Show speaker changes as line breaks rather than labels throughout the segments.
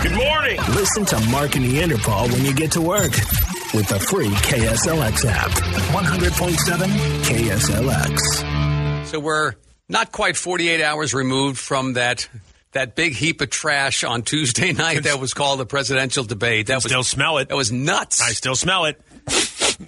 Good morning.
Listen to Mark and Neanderthal when you get to work with the free KSLX app. 100.7 KSLX.
So we're not quite 48 hours removed from that that big heap of trash on Tuesday night that was called the presidential debate. That was
Still smell it.
that was nuts.
I still smell it.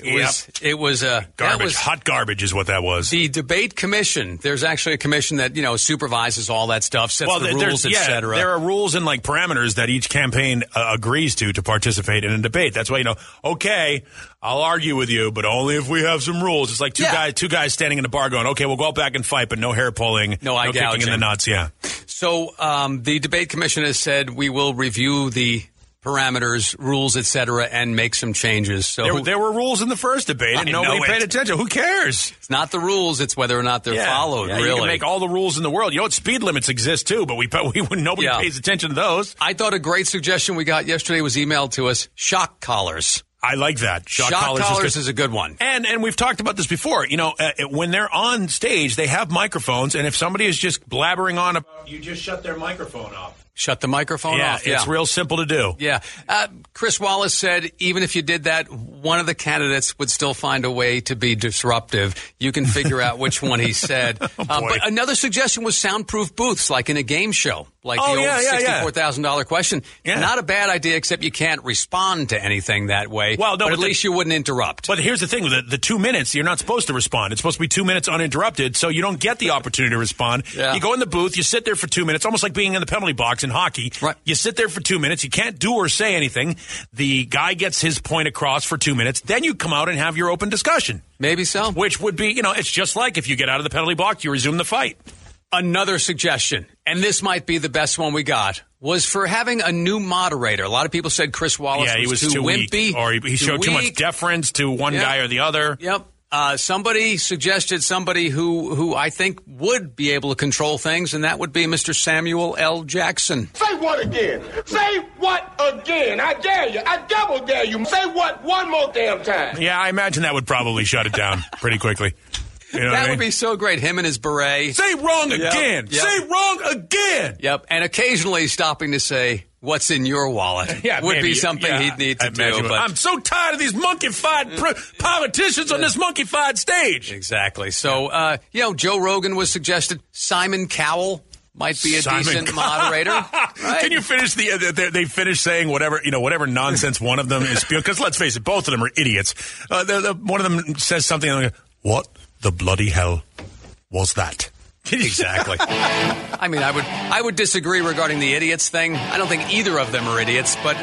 It was it was uh, That
Garbage.
was
Hot garbage is what that was.
the debate commission. There's actually a commission that you know supervises all that stuff, sets the
there-
rules,
there's- yeah,
etc.
there are rules and like parameters that each campaign uh, agrees to to participate in a debate. That's why you know, okay, I'll argue with you, but only if we have some rules. It's like two
Yeah.
guys, two guys standing in a bar going, okay, we'll go out back and fight, but no hair pulling,
No eye
kicking in the
gouging.
nuts. Yeah,
So um, the debate commission has said we will review the parameters, rules, etc., and make some changes. So
there, there were rules in the first debate, and
I
nobody
know it.
paid attention. Who cares?
it's not the rules; it's whether or not they're followed.
Yeah,
really,
you can make all the rules in the world. You know what? Speed limits exist too, but we, we nobody
Yeah.
pays attention to those.
I thought a great suggestion we got yesterday was emailed to us: shock collars.
I like that.
Shock, collars,
good.
is, a good one.
And and we've talked about this before. You know, uh, when they're on stage, they have microphones, and if somebody is just blabbering on, about, you just shut their microphone off.
Shut the microphone
yeah,
off. Yeah,
it's real simple to do.
Yeah. Uh, Chris Wallace said even if you did that, one of the candidates would still find a way to be disruptive. You can figure out which one he said. Uh,
Oh, boy.
but another suggestion was soundproof booths, like in a game show, like
Oh,
the
yeah,
old
yeah, yeah.
sixty-four thousand dollar question.
Yeah.
Not a bad idea, except you can't respond to anything that way.
Well, no,
but
but
at
the-
least you wouldn't interrupt.
But here's the thing: with the, the two minutes, you're not supposed to respond. It's supposed to be two minutes uninterrupted, so you don't get the opportunity to respond.
Yeah.
You go in the booth, you sit there for two minutes, almost like being in the penalty box in hockey.
Right.
You sit there for two minutes, you can't do or say anything. The guy gets his point across for two minutes, then you come out and have your open discussion,
Maybe so.
which would be, you know, it's just like if you get out of the penalty box, you resume the fight.
Another suggestion, and this might be the best one we got, was for having a new moderator. A lot of people said Chris Wallace
Yeah, he was, too,
wimpy,
weak, or he, he showed too much
weak.
deference to one
Yeah.
guy or the other.
Yep. Uh, somebody suggested somebody who, who I think would be able to control things, and that would be Mr. Samuel L. Jackson.
Say what again? Say what again? I dare you. I double dare you. Say what one more damn time.
Yeah, I imagine that would probably shut it down pretty quickly. You know what I
That
mean?
would be so great. Him and his beret.
Say wrong
Yep,
again.
yep.
Say wrong again.
Yep. And occasionally stopping to say, "What's in your wallet?" would
maybe,
be something
yeah,
he'd need
I
to
imagine.
do. But Mm.
I'm so tired of these monkey-fied pr- politicians on this monkey-fied stage.
exactly. So uh, you know, Joe Rogan was suggested. Simon Cowell might be a
Simon
decent
Cowell.
moderator. Right?
Can you finish the? Uh, they, they finish saying whatever you know, whatever nonsense one of them is. Because let's face it, both of them are idiots. Uh, the, the, one of them says something. And they go, what the bloody hell was that? Exactly.
I mean, I would I would disagree regarding the idiots thing. I don't think either of them are idiots, but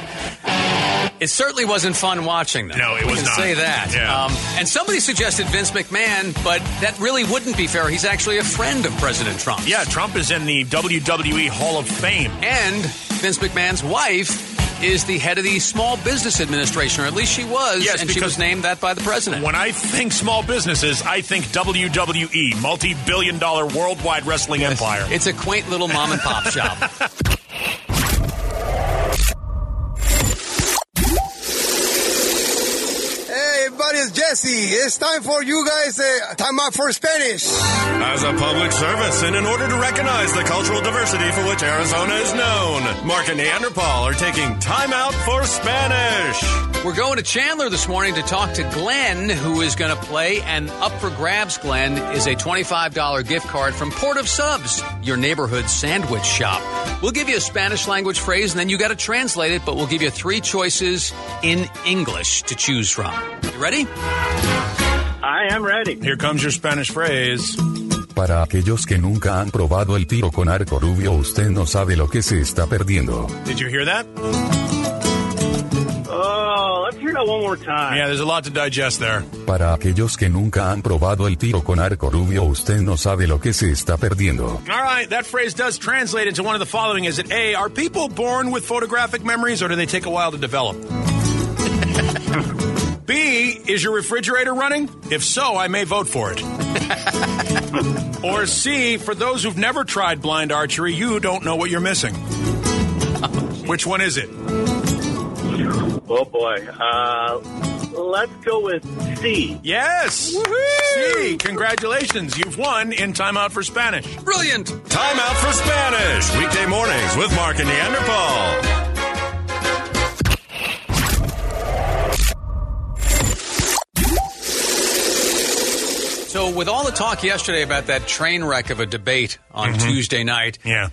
it certainly wasn't fun watching them.
No, it
We
was
can
not.
Say that. Um,
Yeah.
and somebody suggested Vince McMahon, but that really wouldn't be fair. He's actually a friend of President Trump.
yeah, Trump is in the WWE Hall of Fame.
And Vince McMahon's wife is the head of the Small Business Administration, or at least she was,
Yes,
and she
because-
was named that by the president.
When I think small businesses, I think WWE, multi-billion-dollar worldwide wrestling empire.
It's a quaint little mom and pop shop.
Hey, everybody, it's Jesse. It's time for you guys, uh, time out for Spanish.
As a public service, and in order to recognize the cultural diversity for which Arizona is known, Mark and Neanderthal are taking time out for Spanish.
We're going to Chandler this morning to talk to Glenn, who is going to play. And up for grabs, Glenn, is a $25 gift card from Port of Subs, your neighborhood sandwich shop. We'll give you a Spanish language phrase, and then you got to translate it, but we'll give you three choices in English to choose from. You ready?
I am ready.
Here comes your Spanish phrase.
Para aquellos que nunca han probado el tiro con arco rubio, usted no sabe lo que se está perdiendo.
Did you hear that?
Oh, let's hear that one more time.
Yeah, there's a lot to digest there.
Para aquellos que nunca han probado el tiro con arco rubio, usted no sabe lo que se está perdiendo.
All right, that phrase does translate into one of the following. Is it A, are people born with photographic memories or do they take a while to develop? B, is your refrigerator running? If so, I may vote for it. or C, for those who've never tried blind archery, you don't know what you're missing. Which one is it?
Oh boy. Uh, let's go with C.
Yes! C, congratulations, you've won in Time Out for Spanish.
Brilliant.
Time out for Spanish, weekday mornings with Mark and Neanderthal.
with all the talk yesterday about that train wreck of a debate on Tuesday night,
Yeah.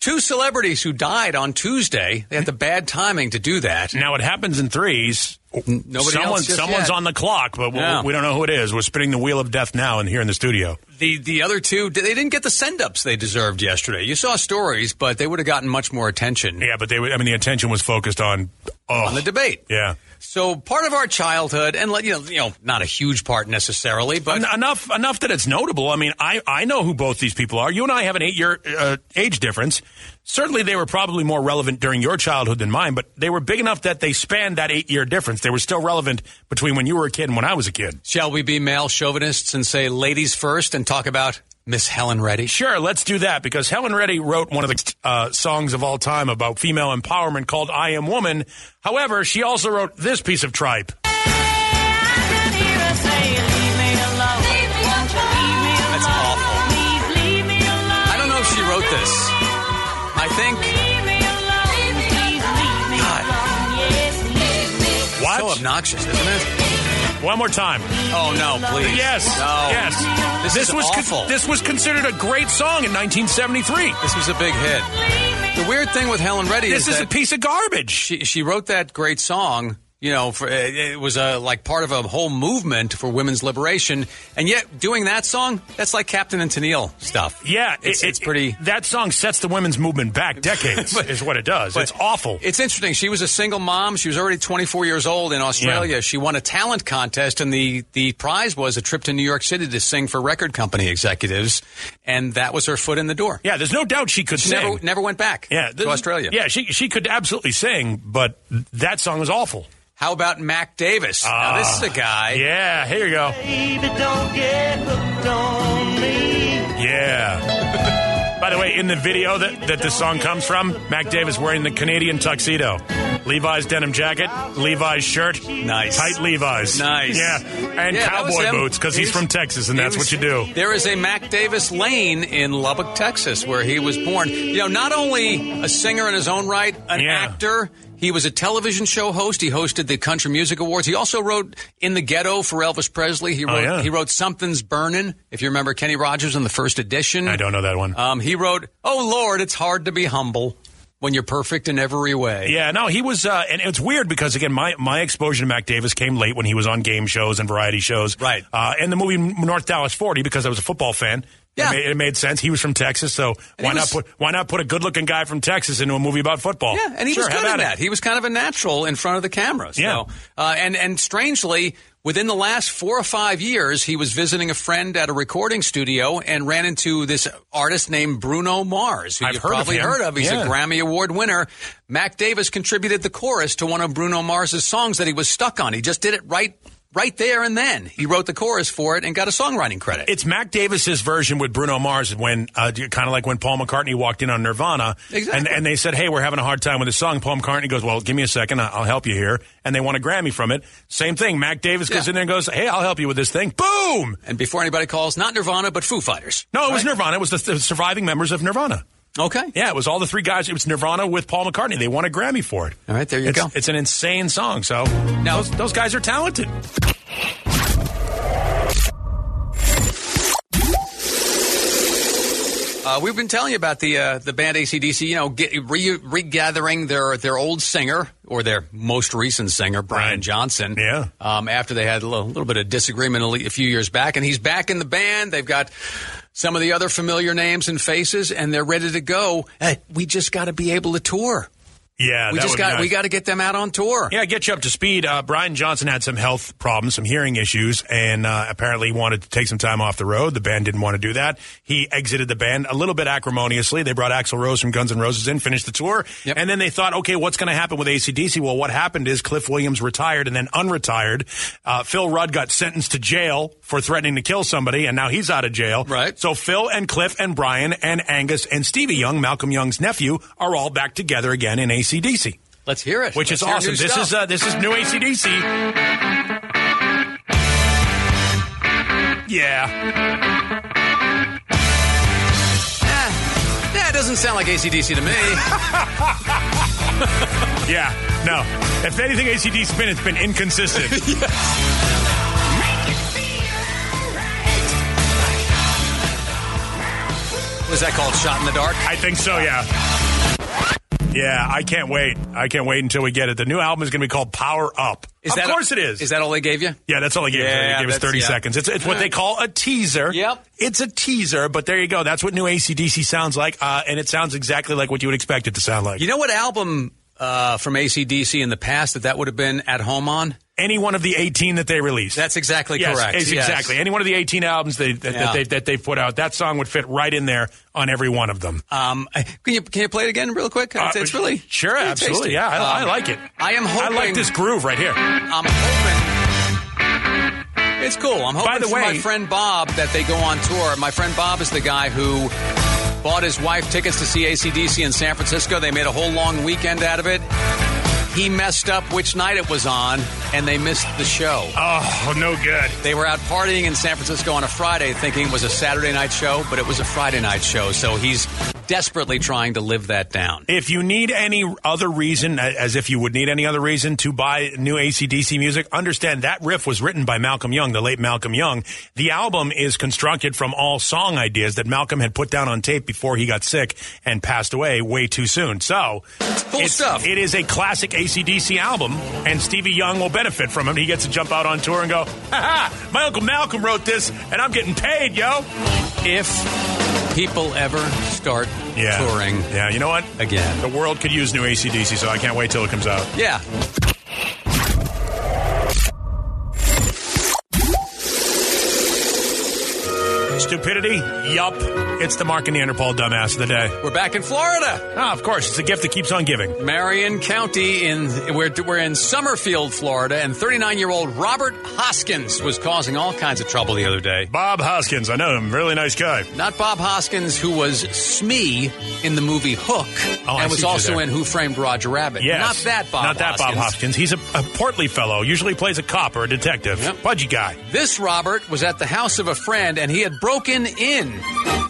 two celebrities who died on Tuesday, they had the bad timing to do that.
Now it happens in threes.
nobody
Someone,
else just
someone's
yet.
on the clock, but we-
Yeah.
we don't know who it is. We're spinning the wheel of death now, and here in the studio.
The the other two, they didn't get the send ups they deserved yesterday. You saw stories, but they would have gotten much more attention
Yeah, but they. were- I mean, the attention was focused on. Oh,
on the debate.
yeah.
So part of our childhood, and like, you know, you know, not a huge part necessarily, but
En- Enough, enough that it's notable. I mean, I, I know who both these people are. You and I have an eight year uh, age difference. Certainly, they were probably more relevant during your childhood than mine, but they were big enough that they spanned that eight year difference. They were still relevant between when you were a kid and when I was a kid.
shall we be male chauvinists and say ladies first and talk about Miss Helen Reddy?
Sure, let's do that because Helen Reddy wrote one of the uh, songs of all time about female empowerment called I Am Woman. However, she also wrote this piece of tripe.
That's awful. I don't know if she wrote this. I think
What?
so obnoxious, isn't it?
One more time.
Oh no, please.
Yes.
No.
Yes.
This, is
was con-
awful.
this was considered a great song in 1973.
This was a big hit. The weird thing with Helen Reddy
This
is
is
that
a piece of garbage.
she, she wrote that great song. You know, for, it it was a, like part of a whole movement for women's liberation, and yet doing that song, that's like Captain and Tennille stuff.
Yeah,
it's,
it-
it's
it-
pretty.
That song sets the women's movement back decades. is what it does. It's awful.
It's interesting. She was a single mom. She was already 24 years old in Australia.
Yeah.
She won a talent contest, and the, the prize was a trip to New York City to sing for record company executives. And that was her foot in the door.
yeah, there's no doubt she could
She
sing.
never, never went back
yeah,
to Australia.
Yeah, she she could absolutely sing, but that song is awful.
How about Mac Davis? now, this is a guy.
Ah. Yeah, here you go. Yeah. By the way, in the video that, that this song comes from, Mac Davis wearing the Canadian tuxedo. Levi's denim jacket, Levi's shirt,
Nice.
tight Levi's.
Nice.
Yeah, and
Yeah, that was
cowboy
him.
boots because
He
he's
was-
from Texas and that's
He
what
was-
you do.
There is a Mac Davis Lane in Lubbock, Texas, where he was born. You know, not only a singer in his own right, an
Yeah.
actor. He was a television show host. He hosted the Country Music Awards. He also wrote "In the Ghetto" for Elvis Presley. He wrote
Oh, yeah.
he wrote "Something's Burning." If you remember Kenny Rogers in the first edition,
I don't know that one.
Um, he wrote, "Oh Lord, it's hard to be humble when you're perfect in every way."
Yeah, no, he was, uh, and it's weird because again, my, my exposure to Mac Davis came late when he was on game shows and variety shows,
Right.
Uh, and the movie North Dallas Forty because I was a football fan.
Yeah.
it made, it made sense. He was from Texas, so
And
why
he was-
not put why not put a good looking guy from Texas into a movie about football?
Yeah, and he
Sure,
was
how
good at
about
that.
it?
He was kind of a natural in front of the camera. So,
Yeah.
uh, and and strangely, within the last four or five years, he was visiting a friend at a recording studio and ran into this artist named Bruno Mars, who
I've
you've
heard of
probably
him.
heard of. He's
Yeah.
a Grammy Award winner. Mac Davis contributed the chorus to one of Bruno Mars's songs that he was stuck on. He just did it right right there and then. He wrote the chorus for it and got a songwriting credit.
It's Mac Davis's version with Bruno Mars when uh, kind of like when Paul McCartney walked in on Nirvana,
Exactly.
and and they said, "Hey, we're having a hard time with this song." Paul McCartney goes, "Well, give me a second, I- I'll help you here," and they won a Grammy from it. Same thing. Mac Davis goes
Yeah.
in there and goes, "Hey, I'll help you with this thing." Boom.
and before anybody calls, not Nirvana, but Foo Fighters.
No, it was Nirvana. It was the, the surviving members of Nirvana.
Okay.
Yeah, it was all the three guys. It was Nirvana with Paul McCartney. They won a Grammy for it.
All right, there you
It's-
go.
It's an insane song. So
Now-
those, those guys are talented.
Uh, we've been telling you about the uh, the band ACDC, you know, get, re- regathering their their old singer or their most recent singer, Brian
Brian.
Johnson.
Yeah.
Um, after they had a little, little bit of disagreement a, le- a few years back, and he's back in the band. They've got some of the other familiar names and faces, and they're ready to go. Hey, we just got to be able to tour.
Yeah,
We
Uh, that
just
would be
got
nice.
we got to get them out on tour.
Yeah, get you up to speed. Uh, Brian Johnson had some health problems, some hearing issues, and uh, apparently wanted to take some time off the road. The band didn't want to do that. He exited the band a little bit acrimoniously. They brought Axl Rose from Guns N' Roses in, finished the tour,
Yep.
and then they thought, okay, what's going to happen with ACDC? Well, what happened is Cliff Williams retired and then unretired. Uh, Phil Rudd got sentenced to jail for threatening to kill somebody, and now he's out of jail.
Right.
So Phil and Cliff and Brian and Angus and Stevie Young, Malcolm Young's nephew, are all back together again in ACDC
Let's hear it.
which
Let's
is
hear new
awesome. This
stuff.
is uh, this is new ACDC. Yeah,
Ah, yeah, it doesn't sound like ACDC to me.
yeah. No, if anything, ACDC's been it's been inconsistent.
Was that called Shot in the Dark?
I think so, yeah. Yeah, I can't wait. I can't wait until we get it. The new album is going to be called Power Up. of
that-
course it is.
Is that all they gave you?
yeah, that's all they gave us.
Yeah,
They gave us
that's-
30
yeah.
seconds. It's, it's what they call a teaser.
Yep.
It's a teaser, but there you go. That's what new ACDC sounds like, uh, and it sounds exactly like what you would expect it to sound like.
You know what album uh, from ACDC in the past that that would have been at home on?
Any one of the 18 that they released.
That's exactly
Yes,
correct.
it's
Yes.
Exactly. Any one of the 18 albums they, that,
Yeah.
that, they, that they've put out, that song would fit right in there on every one of them.
Um, can you can you play it again real quick? It's,
Uh,
it's really
Sure,
really
absolutely.
tasty.
Yeah, I, I
Um,
like it.
I am hoping.
I like this groove right here.
I'm hoping. It's cool. I'm hoping
By the
for
way-
my friend Bob that they go on tour. My friend Bob is the guy who bought his wife tickets to see ACDC in San Francisco. They made a whole long weekend out of it. He messed up which night it was on, and they missed the show.
Oh, no good.
They were out partying in San Francisco on a Friday, thinking it was a Saturday night show, but it was a Friday night show. So he's desperately trying to live that down.
If you need any other reason, a- as if you would need any other reason to buy new ACDC music, understand that riff was written by Malcolm Young, the late Malcolm Young. The album is constructed from all song ideas that Malcolm had put down on tape before he got sick and passed away way too soon. So,
cool
it's-
stuff.
It is a classic ACDC album, and Stevie Young will benefit from it. He gets to jump out on tour and go, ha ha, my Uncle Malcolm wrote this, and I'm getting paid, yo.
If people ever start
Yeah.
touring
Yeah, you know what?
again.
The world could use new ACDC, so I can't wait till it comes out.
Yeah.
Stupidity? Yup. It's the Mark and Neanderthal dumbass of the day.
We're back in Florida,
Ah, of course. It's a gift that keeps on giving.
Marion County. In we're, we're in Summerfield, Florida, and 39 year old Robert Hoskins was causing all kinds of trouble the other day.
Bob Hoskins. I know him. Really nice guy.
Not Bob Hoskins, who was Smee in the movie Hook,
Oh, I see
and
what
was
you're
also
there.
in Who Framed Roger Rabbit.
Yes.
Not that Bob.
Not that
Hoskins.
Bob Hoskins. He's a, a portly fellow. Usually plays a cop or a detective.
Yep.
Pudgy guy.
This Robert was at the house of a friend and he had broken in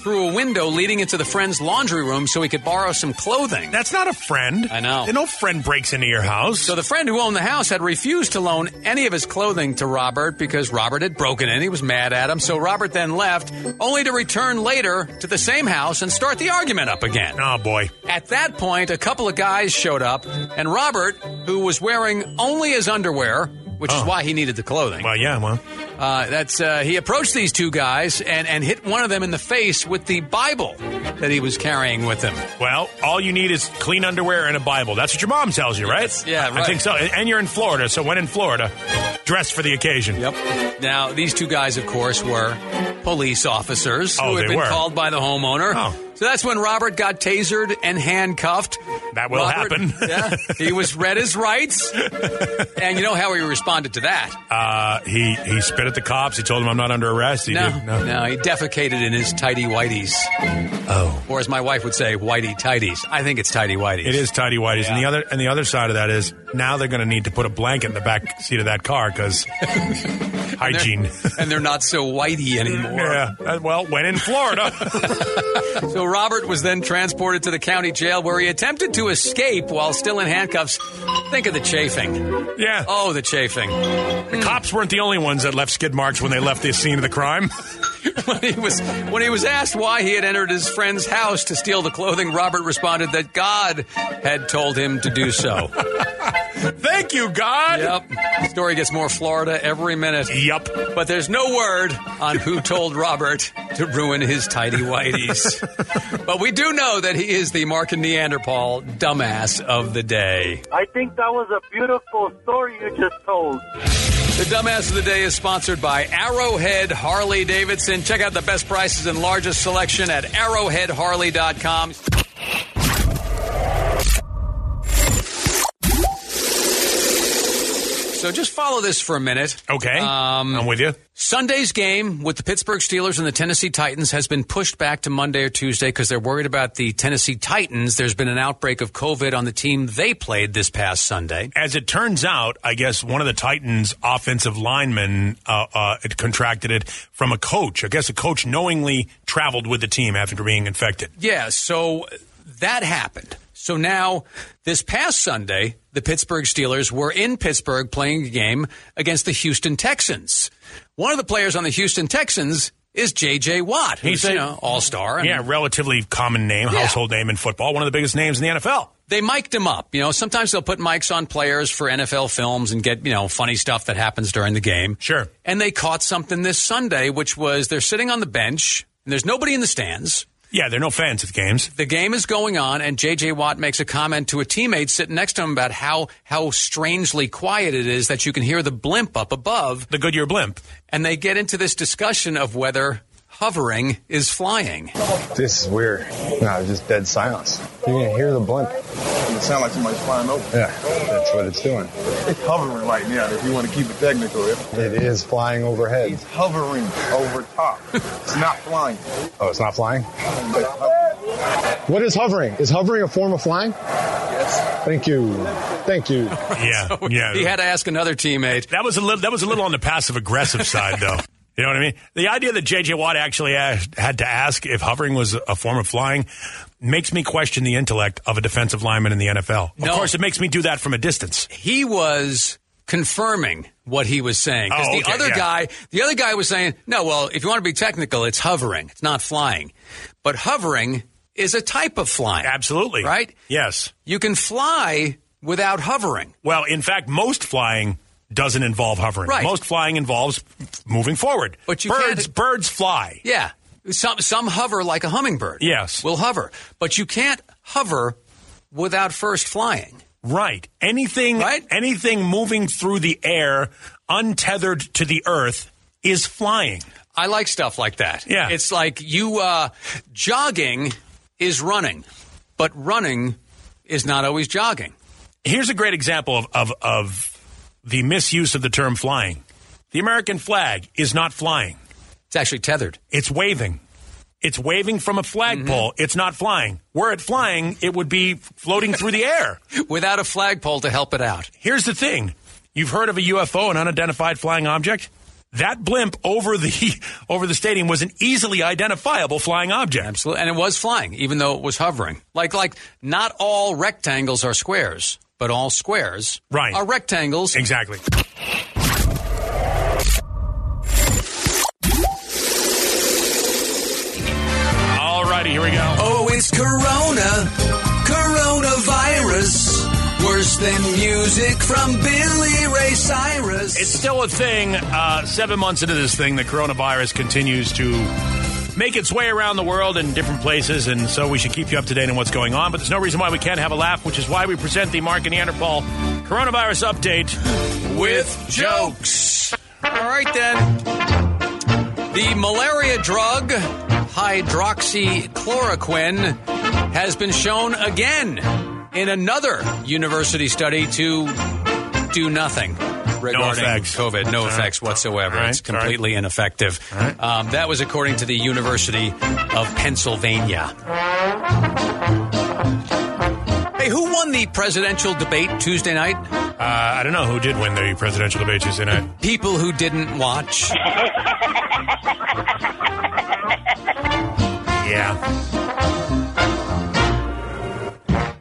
through a window leading into the friend's laundry room so he could borrow some clothing.
That's not a friend.
I know.
No friend breaks into your house.
So the friend who owned the house had refused to loan any of his clothing to Robert because Robert had broken in. He was mad at him. So Robert then left, only to return later to the same house and start the argument up again.
oh, boy.
At that point, a couple of guys showed up, and Robert, who was wearing only his underwear, which is why he needed the clothing.
Well, yeah, well.
Uh, that's uh, he approached these two guys and, and hit one of them in the face with the Bible that he was carrying with him.
Well, all you need is clean underwear and a Bible. That's what your mom tells you, right?
Yeah,
I
right.
think so. And and you're in Florida, so when in Florida, dress for the occasion.
Yep. Now, these two guys, of course, were police officers
Oh,
who had
they
been
were.
called by the homeowner.
Oh.
So that's when Robert got tasered and handcuffed.
That will
Robert-
happen.
yeah, he was read his rights. and you know how he responded to that?
Uh, he he spit at the cops. He told them I'm not under arrest. He
no,
did,
no, he defecated in his tidy whities.
Oh.
Or as my wife would say, whitey tidies. I think it's tidy whities.
It is tidy whities, and the other and the other side of that is now they're going to need to put a blanket in the back seat of that car because hygiene.
and they're not so whitey anymore.
Yeah, uh, well, when in Florida,
So Robert was then transported to the county jail where he attempted to escape while still in handcuffs. Think of the chafing.
yeah,
Oh, the chafing.
the cops weren't the only ones that left skid marks when they left the scene of the crime.
When he was when he was asked why he had entered his friend's house to steal the clothing, Robert responded that God had told him to do so.
Thank you, God.
yep. Story gets more Florida every minute.
Yup.
But there's no word on who told Robert to ruin his tidy whities. but we do know that he is the Mark and Neanderthal dumbass of the day.
I think that was a beautiful story you just told.
The Dumbass of the Day is sponsored by Arrowhead Harley Davidson. Check out the best prices and largest selection at arrowheadharley.com. So just follow this for a minute.
Okay, I'm with you.
Sunday's game with the Pittsburgh Steelers and the Tennessee Titans has been pushed back to Monday or Tuesday because they're worried about the Tennessee Titans. There's been an outbreak of COVID on the team they played this past Sunday.
As it turns out, I guess one of the Titans' offensive linemen uh, uh, it contracted it from a coach. I guess a coach knowingly traveled with the team after being infected.
Yeah, so that happened. So now, this past Sunday, the Pittsburgh Steelers were in Pittsburgh playing a game against the Houston Texans. One of the players on the Houston Texans is J.J. Watt, who's,
He's a-
you know, all-star. and
yeah, relatively common name,
Yeah.
household name in football, one of the biggest names in the NFL.
they mic'd him up. You know, sometimes they'll put mics on players for NFL films and get, you know, funny stuff that happens during the game.
Sure.
And they caught something this Sunday, which was they're sitting on the bench and there's nobody in the stands.
Yeah, there are no fans at the games.
The game is going on, and J.J. Watt makes a comment to a teammate sitting next to him about how, how strangely quiet it is that you can hear the blimp up above.
The Goodyear blimp.
And they get into this discussion of whether hovering is flying.
This is weird. No, it's just dead silence. You can hear the blimp. It sounds like somebody's flying over. Yeah, that's what it's doing. It's hovering right now, if you want to keep it technical. It is flying overhead. It's hovering over top. it's not flying. Oh, it's not flying? What is hovering? Is hovering a form of flying? Yes. Thank you. Thank you.
Yeah, yeah.
He had to ask another teammate.
That was a little. That was a little on the passive aggressive side, though. You know what I mean? The idea that JJ Watt actually asked, had to ask if hovering was a form of flying makes me question the intellect of a defensive lineman in the NFL. Of
No.
course, it makes me do that from a distance.
He was confirming what he was saying because
Oh,
the
okay,
other
yeah.
guy, the other guy was saying, "No, well, if you want to be technical, it's hovering. It's not flying, but hovering is a type of flying.
Absolutely.
right?
Yes.
You can fly without hovering.
Well, in fact, most flying doesn't involve hovering.
Right.
Most flying involves moving forward.
But you
birds,
can't-
birds fly.
Yeah, some some hover like a hummingbird.
Yes.
will hover, but you can't hover without first flying.
Right. Anything
Right?
anything moving through the air untethered to the earth is flying.
I like stuff like that.
Yeah.
It's like you uh, jogging is running, but running is not always jogging.
Here's a great example of, of, of the misuse of the term flying. The American flag is not flying.
It's actually tethered.
It's waving. It's waving from a flagpole. It's not flying. Were it flying, it would be floating through the air.
Without a flagpole to help it out.
Here's the thing. You've heard of a UFO, an unidentified flying object? That blimp over the over the stadium was an easily identifiable flying object.
Absolutely. And it was flying, even though it was hovering. Like like not all rectangles are squares, but all squares
Right.
are rectangles.
Exactly. All righty, here we go.
Oh, it's Corona, coronavirus, worse than music from Billy Ray Cyrus.
It's still a thing. Uh, seven months into this thing, the coronavirus continues to make its way around the world in different places, and so we should keep you up to date on what's going on. But there's no reason why we can't have a laugh, which is why we present the Mark and Neanderthal Coronavirus Update
with jokes. All right, then. The malaria drug hydroxychloroquine has been shown again in another university study to do nothing regarding
effects.
COVID. No
All right.
effects whatsoever.
All right.
It's completely ineffective.
right.
Um, that was according to the University of Pennsylvania. Hey, who won the presidential debate Tuesday night?
Uh, I don't know who did win the presidential debate Tuesday night.
people who didn't watch.
Yeah.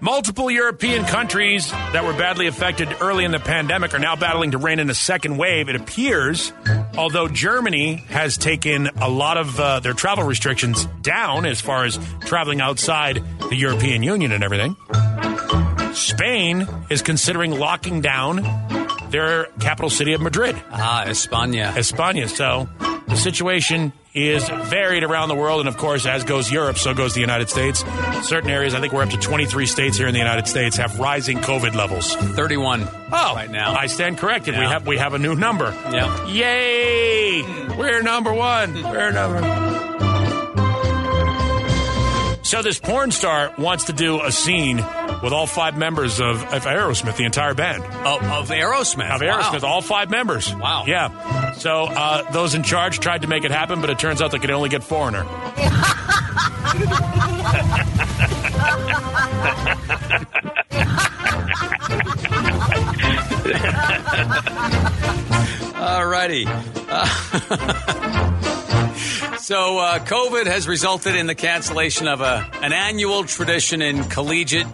Multiple European countries that were badly affected early in the pandemic are now battling to rein in a second wave, it appears. Although Germany has taken a lot of uh, their travel restrictions down as far as traveling outside the European Union and everything, Spain is considering locking down their capital city of Madrid.
Ah, España.
España. So the situation is varied around the world. And of course, as goes Europe, so goes the United States. Certain areas, I think we're up to 23 states here in the United States, have rising COVID levels.
31
Oh,
right now.
I stand corrected. We
Yeah.
have we have a new number.
Yeah.
Yay! We're number one. We're number. So this porn star wants to do a scene with all five members of, of Aerosmith, the entire band
of, oh, of Aerosmith.
of Aerosmith,
Wow.
all five members.
Wow.
Yeah. So uh, those in charge tried to make it happen, but it turns out they could only get foreigner.
Alrighty. Uh, so, uh, COVID uh, has resulted in the cancellation of a, an annual tradition in collegiate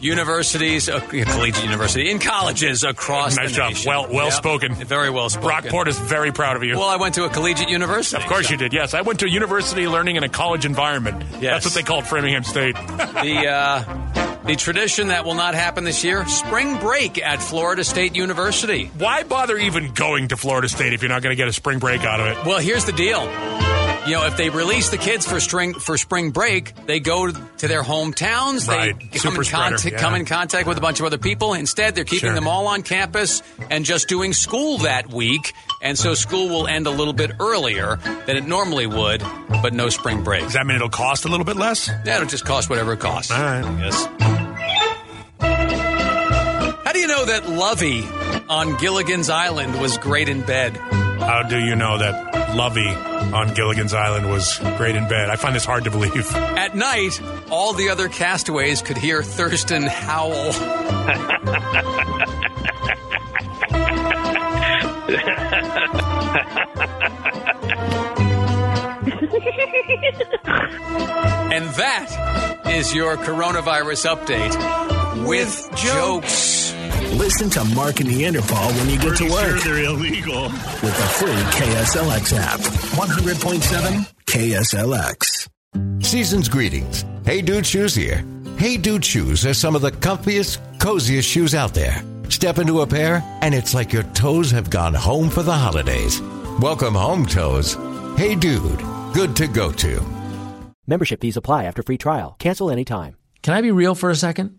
universities, uh, collegiate university, in colleges across
Nice
the
job.
nation.
Well- well spoken.
Very well spoken.
Rockport is very proud of you.
Well, I went to a collegiate university.
of course
so-
you did. Yes, I went to university learning in a college environment. That's
Yes.
what they called Framingham State.
the uh, the tradition that will not happen this year: spring break at Florida State University.
Why bother even going to Florida State if you're not going to get a spring break out of it?
Well, here's the deal. You know, if they release the kids for string for spring break, they go to their hometowns.
Right.
They come
Super
in,
spreader,
contact,
yeah.
come in contact with a bunch of other people. Instead, they're keeping
Sure.
them all on campus and just doing school that week. And so school will end a little bit earlier than it normally would, but no spring break.
Does that mean it'll cost a little bit less?
That'll just cost whatever it costs.
All right.
Yes. How do you know that Lovey on Gilligan's Island was great in bed?
How do you know that Lovey on Gilligan's Island was great in bed? I find this hard to believe.
At night, all the other castaways could hear Thurston howl. and that is your coronavirus update with jokes.
Listen to Mark and Neanderthal when you get to work
they're illegal.
with the free KSLX app. 100.7 KSLX.
Season's greetings. Hey Dude Shoes here. Hey Dude Shoes are some of the comfiest, coziest shoes out there. Step into a pair, and it's like your toes have gone home for the holidays. Welcome home, toes. Hey Dude, good to go to.
Membership fees apply after free trial. Cancel anytime.
Can I be real for a second?